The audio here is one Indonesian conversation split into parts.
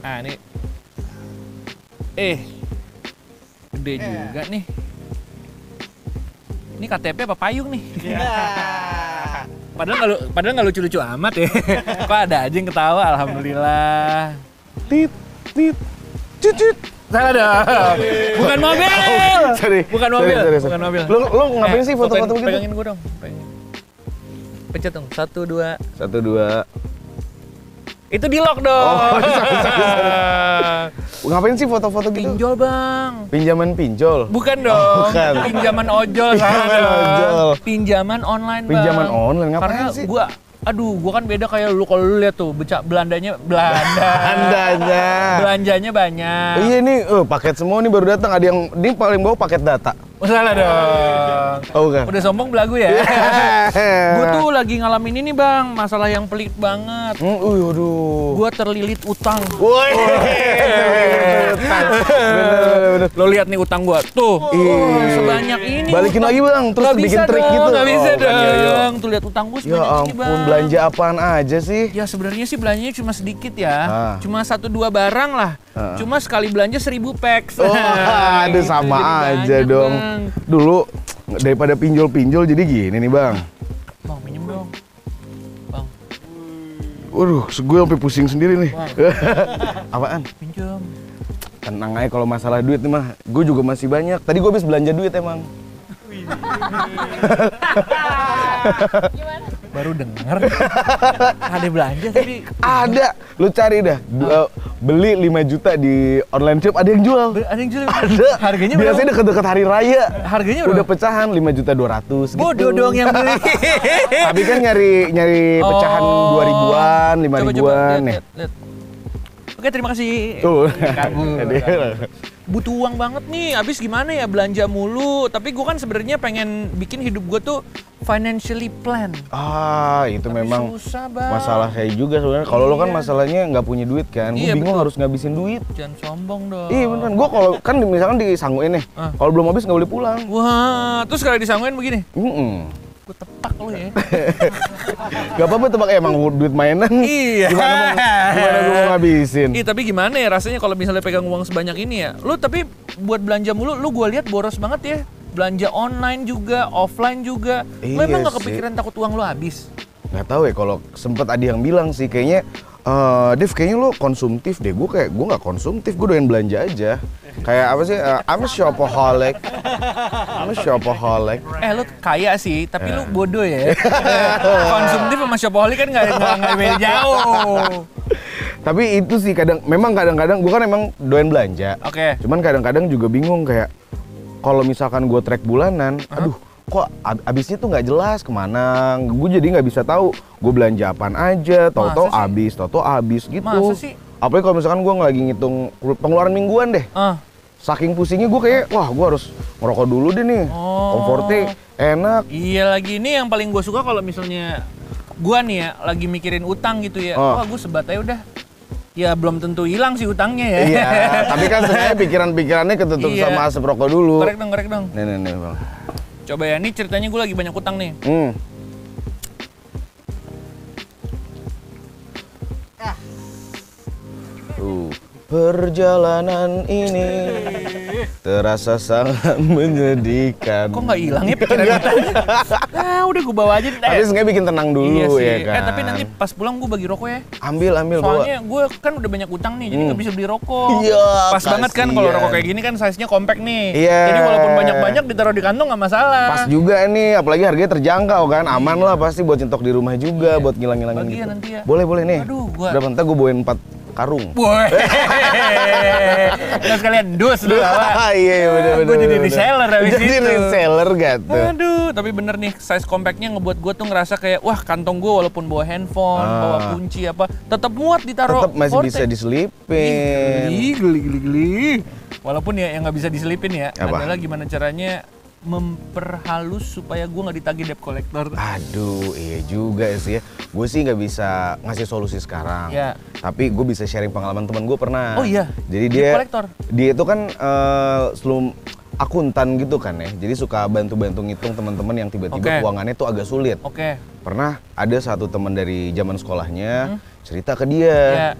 ah ini eh gede Eh. juga nih ini KTP apa payung nih Nah, padahal nggak lu- padahal nggak lucu-lucu amat ya kok ada aja yang ketawa alhamdulillah tit tit cut cut salah dong bukan mobil sorry bukan Sorry, mobil sorry, sorry. bukan mobil lu lu ngapain Eh, sih gua foto-foto gitu? pengen- begitu pegangin gue dong pegangin. pencet dong satu dua satu dua itu di lock dong Oh, sorry, sorry, ngapain sih foto-foto gitu pinjol bang pinjaman pinjol bukan dong Oh, bukan. pinjaman ojol salah Pinjaman dong. ojol. pinjaman online bang pinjaman online ngapain karena sih gua aduh gua kan beda kayak lu kalau lu lihat tuh becak Belandanya Belanda Andanya. belanjanya banyak Iya nih, eh, paket semua nih baru datang. Ada yang ini paling bawah paket data. salah dong Oh kan? udah sombong belagu ya Iya. Gue tuh lagi ngalamin ini bang, masalah yang pelik banget. Hmm, uh, aduh. Gue terlilit utang. Woi. Bener, bener, bener. Lo lihat nih utang gue, tuh Ih. sebanyak ini. Iya. Balikin utang. lagi bang, terus Nggak bikin bisa trik dong, gitu. Gak bisa Oh, bukan, iya, iya. dong. Tuh lihat utang gue Ya sebanyak ini bang. ampun, belanja apaan aja sih? Ya sebenarnya sih belanjanya cuma sedikit ya, Ah. cuma satu dua barang lah. Ah. Cuma sekali belanja seribu packs. Oh, Nah, aduh gitu, sama jadi aja banyak, dong. Bang. Dulu daripada pinjol-pinjol jadi gini nih bang. Bang minjem dong, bang Waduh, gue sampai pusing sendiri nih. Apaan? pinjam. Tenang aja kalau masalah duit nih mah. Gue juga masih banyak. Tadi gue habis belanja duit emang. Baru denger ada belanja tapi Eh, Ada, lu cari dah. Gua beli 5 juta di online shop ada yang jual. ada yang jual. Ada. Harganya berapa? biasanya dekat-dekat hari raya. Harganya Udah udah pecahan 5 juta 200 bodoh dong yang beli. Tapi kan nyari nyari pecahan Oh. 2 ribuan, 5 Coba, coba, ribuan lihat, nih. lihat, lihat. Oke, terima kasih. Tuh. Kabur. Jadi, Butuh uang banget nih. Habis gimana ya belanja mulu. Tapi gue kan sebenarnya pengen bikin hidup gue tuh financially plan. ah, itu Tapi memang susah, Bang. masalah saya juga sebenarnya. Kalau lo kan Iya. masalahnya nggak punya duit kan. Gua Iya, bingung betul. harus ngabisin duit. Jangan sombong dong. Iya beneran. Gue kalau kan di- misalkan di Sanguin nih, Oh. Ah. kalau belum habis nggak boleh pulang. Wah, terus kalau disangguin begini, Mm-mm. gue tepak lu ya. Gak apa-apa tuh pakai emang duit mainan. Iya. Gimana mau, gimana gua mau ngabisin? Ih, tapi gimana ya rasanya kalau misalnya pegang uang sebanyak ini ya? Lu tapi buat belanja mulu, lu gua lihat boros banget ya. Belanja online juga, offline juga. lu Iya emang gak sih. kepikiran takut uang lu habis? nggak tahu ya kalau sempet ada yang bilang sih kayaknya eh Dev kayaknya lo konsumtif deh gue kayak gue nggak konsumtif gue doyan belanja aja kayak apa sih eh, I'm a shopaholic I'm a shopaholic Eh lu kaya sih, tapi Eh. lu bodoh ya. Konsumtif sama shopaholic kan gak, gak, gak beda jauh. tapi itu sih kadang memang kadang-kadang gue kan emang doyan belanja Oke. cuman kadang-kadang juga bingung kayak kalau misalkan gue track bulanan aduh kok ab- abisnya tuh nggak jelas kemana gue jadi nggak bisa tahu gue belanja apaan aja tau-tau Masa sih? abis tau-tau abis gitu Masa sih? apalagi kalau misalkan gue lagi ngitung pengeluaran mingguan deh Ah, saking pusingnya gue kayak wah gue harus ngerokok dulu deh nih Oh. komfortnya enak iya lagi ini yang paling gue suka kalau misalnya gua nih ya lagi mikirin utang gitu ya. Oh. Wah, gue sebat aja udah. Ya belum tentu hilang sih utangnya ya. iya tapi kan sebenarnya pikiran-pikirannya ketutup Iya. sama asap rokok dulu korek dong, korek dong. nih nih nih bang Coba ya, ini ceritanya gue lagi banyak utang nih. hmm. Tuh. Uh. Perjalanan ini terasa sangat menyedihkan. Kok nggak hilang ya pikiran utangnya? Nah, udah gue bawa aja deh. Tapi sebenarnya bikin tenang dulu iya sih. ya kan. Eh, tapi nanti pas pulang gue bagi rokok ya. ambil ambil bawa. Hmm. Soalnya gue kan udah banyak utang nih, jadi nggak bisa beli rokok. Iya, Pas banget kan kalau kasihan. rokok kayak gini kan size-nya compact nih. Iya. Jadi walaupun banyak-banyak ditaruh di kantong nggak masalah. Pas juga nih, apalagi harganya terjangkau kan, aman lah pasti buat nyetok di rumah juga, buat ngilang-ngilangin Bagi ya gitu. nanti ya. Boleh boleh nih. Aduh, gua- Berapa ntar gue bawain 4 karung. Woi. Terus kalian dus lu apa? iya iya, bener bener. Gua jadi bener. reseller abis Jadi itu. Eh, reseller gitu. gak tuh. Aduh, tapi bener nih size compactnya ngebuat gue tuh ngerasa kayak wah kantong gue walaupun bawa handphone, Ah. bawa kunci apa, tetap muat ditaruh. Tetap masih forte. bisa diselipin. Ih, geli, geli, geli. Walaupun ya yang nggak bisa diselipin ya Apa? adalah gimana caranya memperhalus supaya gue nggak ditagih debt collector. Aduh, iya juga sih ya. Gue sih nggak bisa ngasih solusi sekarang. Iya. Tapi gue bisa sharing pengalaman teman gue pernah. Oh iya, Jadi debt dia collector. dia itu kan eh, selum akuntan gitu kan ya. Jadi suka bantu-bantu ngitung teman-teman yang tiba-tiba Oke. Oh. keuangannya tuh agak sulit. Oke. Pernah ada satu teman dari zaman sekolahnya cerita ke dia. Hmm. Iya.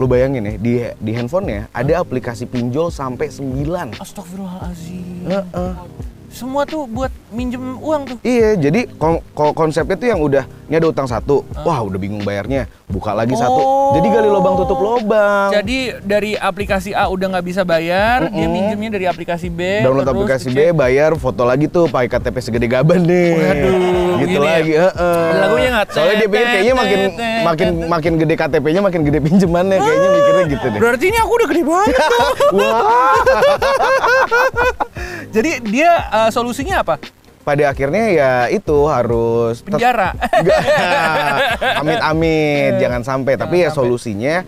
lu bayangin ya di di handphonenya ada aplikasi pinjol sampai 9 Astagfirullahaladzim. Heeh. Semua tuh buat minjem uang tuh. Iya, jadi kon- ko- konsepnya tuh yang udah ini ada utang satu, wah udah bingung bayarnya, buka lagi satu, Oh. jadi gali lubang tutup lubang. Jadi dari aplikasi A udah nggak bisa bayar, dia minjemnya dari aplikasi B. Download terus aplikasi B, dicek. bayar foto lagi tuh pakai KTP segede gaban deh. Waduh, gitu gini ya? lagi. heeh. Ada lagunya nggak? Soalnya dia pikir kayaknya makin makin makin gede KTP-nya makin gede pinjemannya kayaknya mikirnya gitu deh. Berarti ini aku udah gede banget. dong. Wah. Jadi dia eh, solusinya apa? Pada akhirnya ya itu harus tet- Penjara. Enggak. Iya. Amit-amit, jangan sampai. Tapi ya solusinya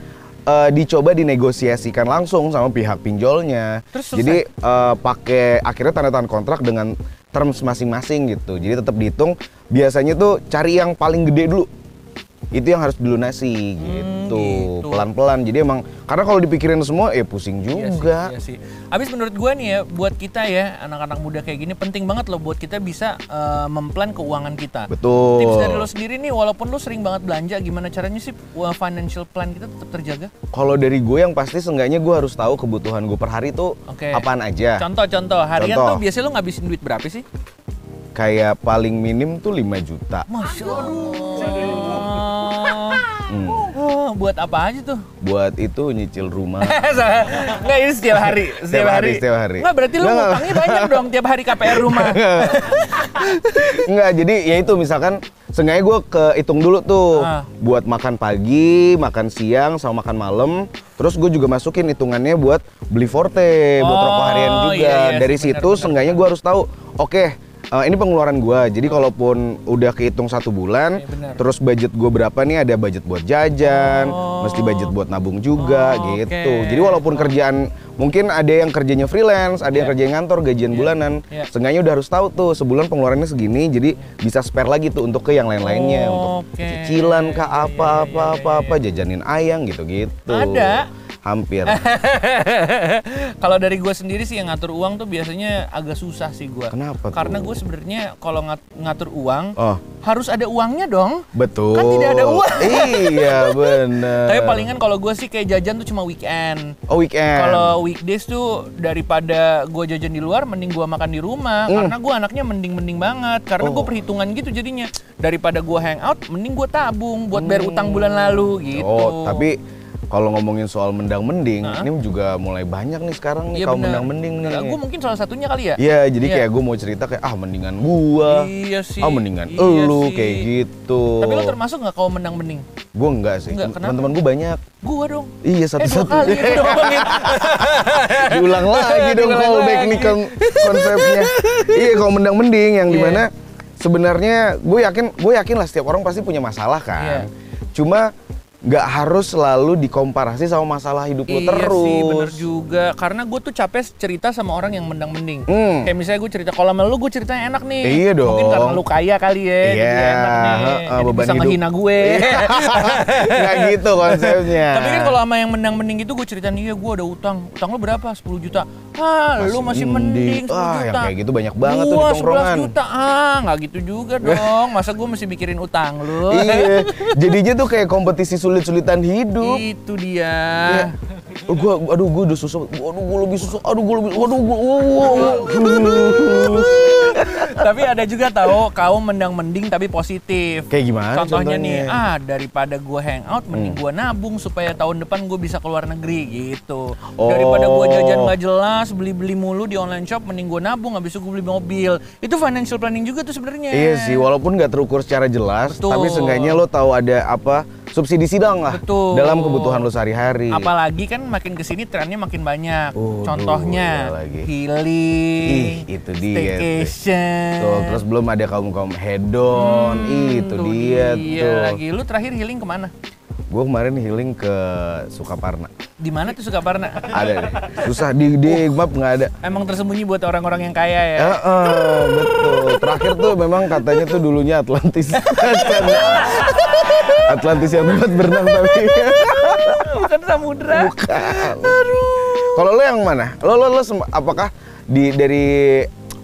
eh, dicoba dinegosiasikan langsung sama pihak pinjolnya. Terus selesai? Jadi eh, pakai akhirnya tanda tangan kontrak dengan terms masing-masing gitu. Jadi tetap dihitung. Biasanya tuh cari yang paling gede dulu. Itu yang harus dilunasi gitu. Hmm, gitu. Pelan-pelan. Jadi emang karena kalau dipikirin semua eh pusing Iya sih, juga. iya sih. Abis menurut gue nih ya, buat kita ya anak-anak muda kayak gini penting banget loh buat kita bisa eh, memplan keuangan kita. Betul. Tips dari lo sendiri nih, walaupun lo sering banget belanja, gimana caranya sih uh, financial plan kita tetap terjaga? Kalau dari gue yang pasti seenggaknya gue harus tahu kebutuhan gue per hari tuh Oke. apaan aja. Contoh-contoh, harian Ya. Contoh. tuh biasanya lo ngabisin duit berapa sih? kayak paling minim tuh 5 juta. Masya Allah. Hmm. Oh, buat apa aja tuh? Buat itu nyicil rumah. Nggak, ini setiap hari. Setiap Setiap hari, hari. setiap hari. Nggak, berarti lo Nggak, nggak. ngutangnya banyak dong tiap hari KPR rumah. Enggak, jadi ya itu misalkan sengaja gue kehitung dulu tuh Ah. buat makan pagi, makan siang, sama makan malam. Terus gue juga masukin hitungannya buat beli forte, buat Oh, rokok harian juga. iya, iya, Dari benar, situ benar. seenggaknya gue harus tahu, oke. eh, ini pengeluaran gue, jadi kalaupun udah kehitung satu Iya, bulan, benar. terus budget gue berapa nih? Ada budget buat jajan, mesti budget buat nabung juga, Oh, gitu. oke. Jadi walaupun kerjaan mungkin ada yang kerjanya freelance, ada yang kerjanya kantor, gajian bulanan, Iya. Seenggaknya udah harus tahu tuh sebulan pengeluarannya segini, jadi bisa spare lagi tuh untuk ke yang lain-lainnya, untuk Oh, Oke. Iya, cicilan kah apa apa apa apa jajanin ayang gitu-gitu. Ada. Hampir. kalau dari gue sendiri sih yang ngatur uang tuh biasanya agak susah sih gue. Kenapa tuh? Karena gue sebenarnya kalau ngat- ngatur uang Oh, harus ada uangnya dong. betul. Kan tidak ada uang. iya, benar. Tapi palingan kalau gue sih kayak jajan tuh cuma weekend. Oh, weekend. Kalau weekdays tuh daripada gue jajan di luar, mending gue makan di rumah. Hmm. Karena gue anaknya mending-mending banget. Karena Oh. gue perhitungan gitu jadinya. Daripada gue hangout, mending gue tabung buat bayar utang bulan lalu gitu. Hmm. Oh, tapi kalau ngomongin soal mendang-mending, ini juga mulai banyak nih sekarang Iya, nih kaum mendang-mending nih. Gue mungkin salah satunya kali ya. Iya, jadi Iya. kayak gue mau cerita kayak ah mendingan gua, Iya sih. ah mendingan iya elu sih. kayak gitu. Tapi lo termasuk nggak kalau menang mending? Gue enggak sih. Enggak, kenapa? Teman-teman gue banyak. Gua dong. eh Iya dua satu-satu. kali itu doang. Diulang lagi dong Diulang callback lagi. nih kon- konsepnya. iya kalau mendang mending yang dimana sebenarnya gue yakin gue yakin lah setiap orang pasti punya masalah kan. Iya. Cuma nggak harus selalu dikomparasi sama masalah hidup lo Iya terus. sih, bener juga. Karena gue tuh capek cerita sama orang yang mendang-mending. Hmm. Kayak misalnya gue cerita, kalau sama lu gue ceritanya enak nih. Iya dong. Mungkin karena lu kaya kali ya, Iya, jadi enak nih. heeh, Jadi beban bisa hidup. ngehina gue. Iya. Nggak gitu konsepnya. Tapi kan kalau sama yang mendang-mending gitu gue ceritain, iya gue ada utang. Utang lu berapa? 10 juta. Ah, lu masih mending 10 Ah, yang juta. kayak gitu banyak banget tuh di Gua tongkrongan. 11 juta. Ah, nggak gitu juga dong. Masa gue mesti mikirin utang lu? iya, jadinya tuh kayak kompetisi sulit-sulitan hidup. Itu Gitu dia. Iya. Oh, gua, aduh gue udah susah, aduh gue lebih susah, aduh gue lebih, aduh gue, tapi ada juga tahu kaum mendang mending tapi positif. Kayak gimana Contohnya, contohnya? Hmm. nih, ah daripada gue hangout mending gue nabung supaya tahun depan gue bisa keluar negeri gitu. Oh. Daripada gue jajan nggak jelas, beli-beli mulu di online shop mending gue nabung habis itu gue beli mobil. Itu financial planning juga tuh sebenarnya. Iya sih, walaupun nggak terukur secara jelas, Betul. tapi seenggaknya lo tahu ada apa subsidi sidang lah Betul. dalam kebutuhan lo sehari-hari. Apalagi kan makin kesini trennya makin banyak. Waduh, Contohnya iya lagi. healing, Ih, itu dia tuh. staycation. Tuh, terus belum ada kaum kaum hedon, Ih, itu Tuh dia, tuh. Hmm, Iya, lagi. Lu terakhir healing kemana? Gue kemarin healing ke Sukaparna, Di mana tuh Sukaparna? ada deh. Susah di di map nggak ada. Emang tersembunyi buat orang-orang yang kaya ya. Eh, eh, betul. Terakhir tuh memang katanya tuh dulunya Atlantis. Atlantis yang tempat berenang tapi Bukan samudra. bukan. Kalau lo yang mana? Lo lo lo sem- apakah di dari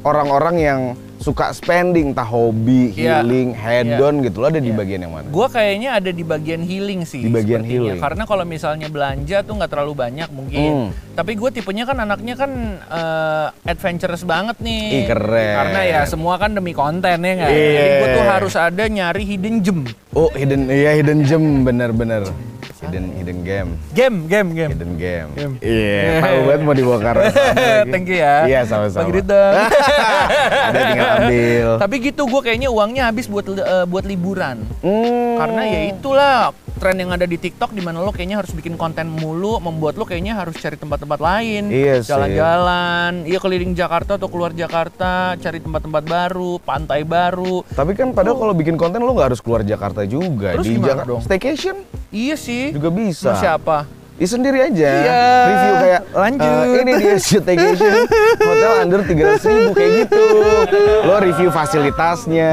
orang-orang yang suka spending, entah hobi, Iya. healing, head on gitu lo ada di bagian yang mana? Gua kayaknya ada di bagian healing sih. Di sepertinya. bagian healing. Hmm. Karena kalau misalnya belanja tuh nggak terlalu banyak mungkin. Tapi gue tipenya kan anaknya kan eh, adventurous banget nih. Ih, keren. Karena ya semua kan demi konten ya nggak. Iya. Jadi gue tuh harus ada nyari hidden gem. Oh, hidden iya hidden gem bener-bener. Hidden hidden game, Game, game, game. hidden game. Game. Iya, tahu banget mau dibongkar. Lagi. Thank you ya. Iya, Bang sama-sama. Grideng. ada tinggal ambil. Tapi gitu gue kayaknya uangnya habis buat li- eh, buat liburan. Hmm. Karena ya itulah tren yang ada di TikTok di mana lo kayaknya harus bikin konten mulu, membuat lo kayaknya harus cari tempat-tempat lain, Iya sih. jalan-jalan, iya keliling Jakarta atau keluar Jakarta, cari tempat-tempat baru, pantai baru. Tapi kan padahal kalau bikin konten lo nggak harus keluar Jakarta juga. Oh. Terus di gimana Jakarta dong? staycation Iya sih. juga bisa. Lu siapa? Ih, sendiri aja. Iya. Review kayak Lanjut. "Eh, ini dia staycation hotel under 300 ribu kayak gitu. Lo review fasilitasnya.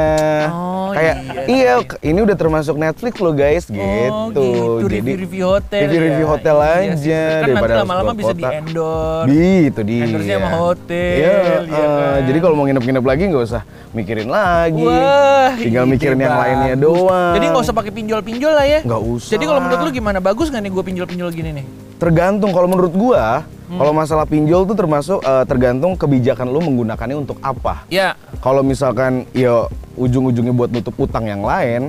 Oh, kayak iya, k- ini udah termasuk Netflix lo guys gitu. Oh gitu, review-review hotel. review-review ya. hotel Iya aja sih. Kan nanti daripada harus lama-lama keluar bisa di kota. endorse. Gitu dia. Endorse-nya sama hotel, Iya, ya eh, kan? Jadi kalau mau nginep-nginep lagi nggak usah mikirin lagi. Wah, Tinggal ide mikirin yang bagus. lainnya doang. Jadi nggak usah pakai pinjol-pinjol lah ya. Nggak usah. Jadi kalau menurut lu gimana? Bagus nggak nih gue pinjol-pinjol gini nih? Tergantung kalau menurut gua, Hmm. kalau masalah pinjol tuh termasuk eh, tergantung kebijakan lu menggunakannya untuk apa. Ya. Kalau misalkan ya ujung-ujungnya buat nutup utang yang lain,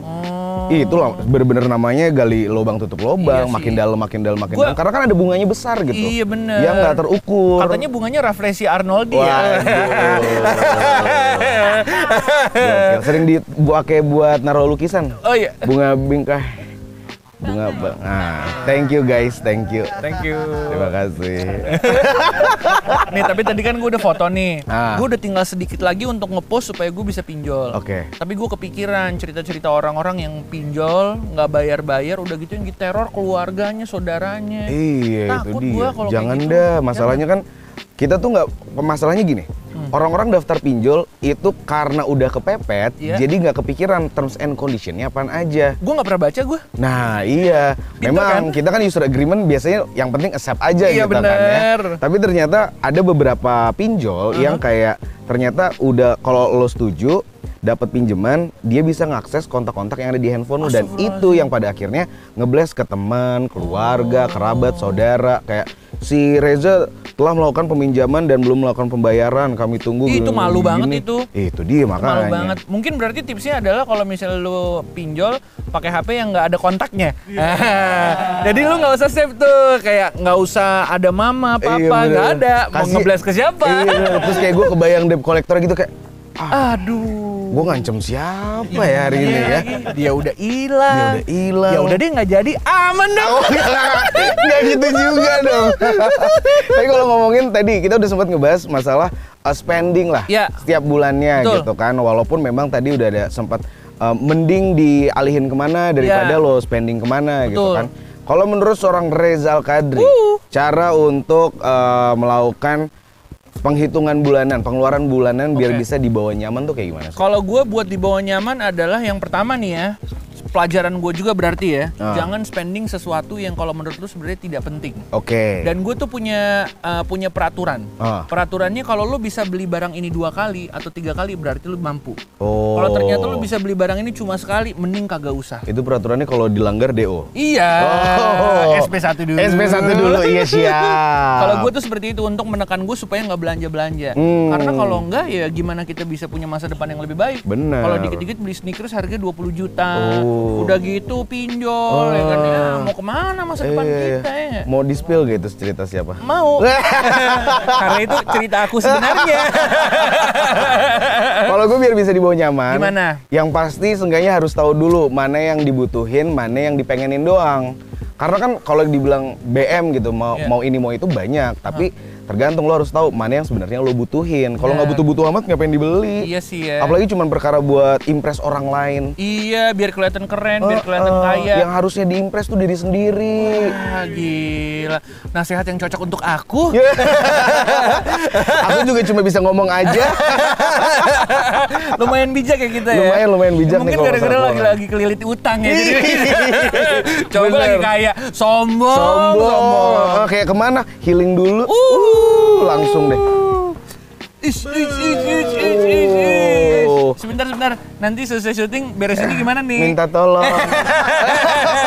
ih, itu lah bener-bener namanya gali lubang tutup Oh. Iya lubang, sih. makin dalam makin dalam makin Gua- dalam. Karena kan ada bunganya besar gitu. Iya, bener. Yang nggak terukur. Katanya bunganya Raflesi Arnoldi ya. Waduh. Gokil. Sering dipakai buat naruh lukisan. Oh iya. Bunga bingkai. Bunga bang. Nah, thank you guys, thank you. Thank you. Terima kasih. Nih tapi tadi kan gue udah foto nih. Ah. Gue udah tinggal sedikit lagi untuk ngepost supaya gue bisa pinjol. Oke. Tapi gue kepikiran cerita-cerita orang-orang yang pinjol nggak bayar-bayar udah gitu yang diteror keluarganya, saudaranya. Iya Takut itu dia. gua kalau kayak Jangan gitu. dah, masalahnya kan kita tuh nggak masalahnya gini. Hmm. Orang-orang daftar pinjol itu karena udah kepepet, Iya. jadi nggak kepikiran terms and conditionnya apaan aja. Gue nggak pernah baca gue. Nah iya, Pinter kan? memang kita kan user agreement biasanya yang penting accept aja Iya, gitu kan ya. bener. Tapi ternyata ada beberapa pinjol yang kayak ternyata udah kalau lo setuju dapat pinjaman, dia bisa ngakses kontak-kontak yang ada di handphone lo dan itu yang pada akhirnya ngebles ke teman, keluarga, Oh. kerabat, saudara kayak si Reza telah melakukan peminjaman dan belum melakukan pembayaran. Kami tunggu. Ih, itu gini-gini, malu banget gini-gini. itu. Itu dia makanya. Malu banget. Mungkin berarti tipsnya adalah kalau misalnya lu pinjol pakai HP yang nggak ada kontaknya. Iya. Jadi lu nggak usah save tuh kayak nggak usah ada mama, Iya, papa, bener. nggak ada. Mau Kasih- ngeblas ke siapa? Iya, bener. terus kayak gue kebayang debt collector gitu kayak Aduh. gue ngancem siapa ya hari Iya, ini ya Dia udah hilang. Dia udah hilang. Ya udah deh nggak jadi. Aman dong. Oh, nggak- nggak gitu juga dong tapi kalau ngomongin tadi kita udah sempat ngebahas masalah uh, spending lah Ya. setiap bulannya Betul. gitu kan walaupun memang tadi udah ada sempat uh, mending dialihin kemana daripada Ya. lo spending kemana gitu Betul. Uh. kan kalau menurut seorang Rezal Kadri cara untuk uh, melakukan penghitungan bulanan pengeluaran bulanan biar Oke. bisa dibawa nyaman tuh kayak gimana sih? Kalau gue buat di bawah nyaman adalah yang pertama nih ya pelajaran gue juga berarti ya Ah. jangan spending sesuatu yang kalau menurut lu sebenarnya tidak penting. Oke. Dan gue tuh punya uh, punya peraturan. Ah. Peraturannya kalau lu bisa beli barang ini dua kali atau tiga kali berarti lu mampu. Oh. Kalau ternyata lu bisa beli barang ini cuma sekali, mending kagak usah. Itu peraturannya kalau dilanggar DO. Iya. Oh. SP1 dulu. SP1 dulu, iya siap. Kalau gue tuh seperti itu untuk menekan gue supaya nggak belanja belanja. Hmm. Karena kalau nggak ya gimana kita bisa punya masa depan yang lebih baik. Bener. Kalau dikit-dikit beli sneakers harga 20 juta, Oh. udah gitu pinjol, ya kan ya mau kemana masa depan Iya, iya. kita ya? nggak? Mau di spill gitu cerita siapa? Mau. Karena itu cerita aku sebenarnya. Kalau gue biar bisa dibawa nyaman. Gimana? Yang pasti seenggaknya harus tahu dulu mana yang dibutuhin, mana yang dipengenin doang. Karena kan kalau dibilang BM gitu mau Iya. mau ini mau itu banyak, tapi tergantung lo harus tahu mana yang sebenarnya lo butuhin. Kalau Benar. nggak butuh-butuh amat ngapain dibeli? iya sih ya. Apalagi cuma perkara buat impress orang lain. Iya, biar kelihatan keren, biar kelihatan Eh, eh, kaya. Yang harusnya diimpress tuh diri sendiri. Ah, gila. Nasihat yang cocok untuk aku. Iya, Aku juga cuma bisa ngomong aja. lumayan bijak ya kita ya. Lumayan, lumayan bijak nih Mungkin kalau gara-gara masalah lagi keuangan. lagi kelilit utang ya. jadi coba Bener. lagi kayak sombong, Sombong. sombong. Eh, Kayak kemana? Healing dulu. Uh. Langsung deh. Ish, ish, ish, ish, ish, ish, ish. Oh. Eh, Sebentar, sebentar. Nanti selesai syuting beres ini gimana nih? Minta tolong.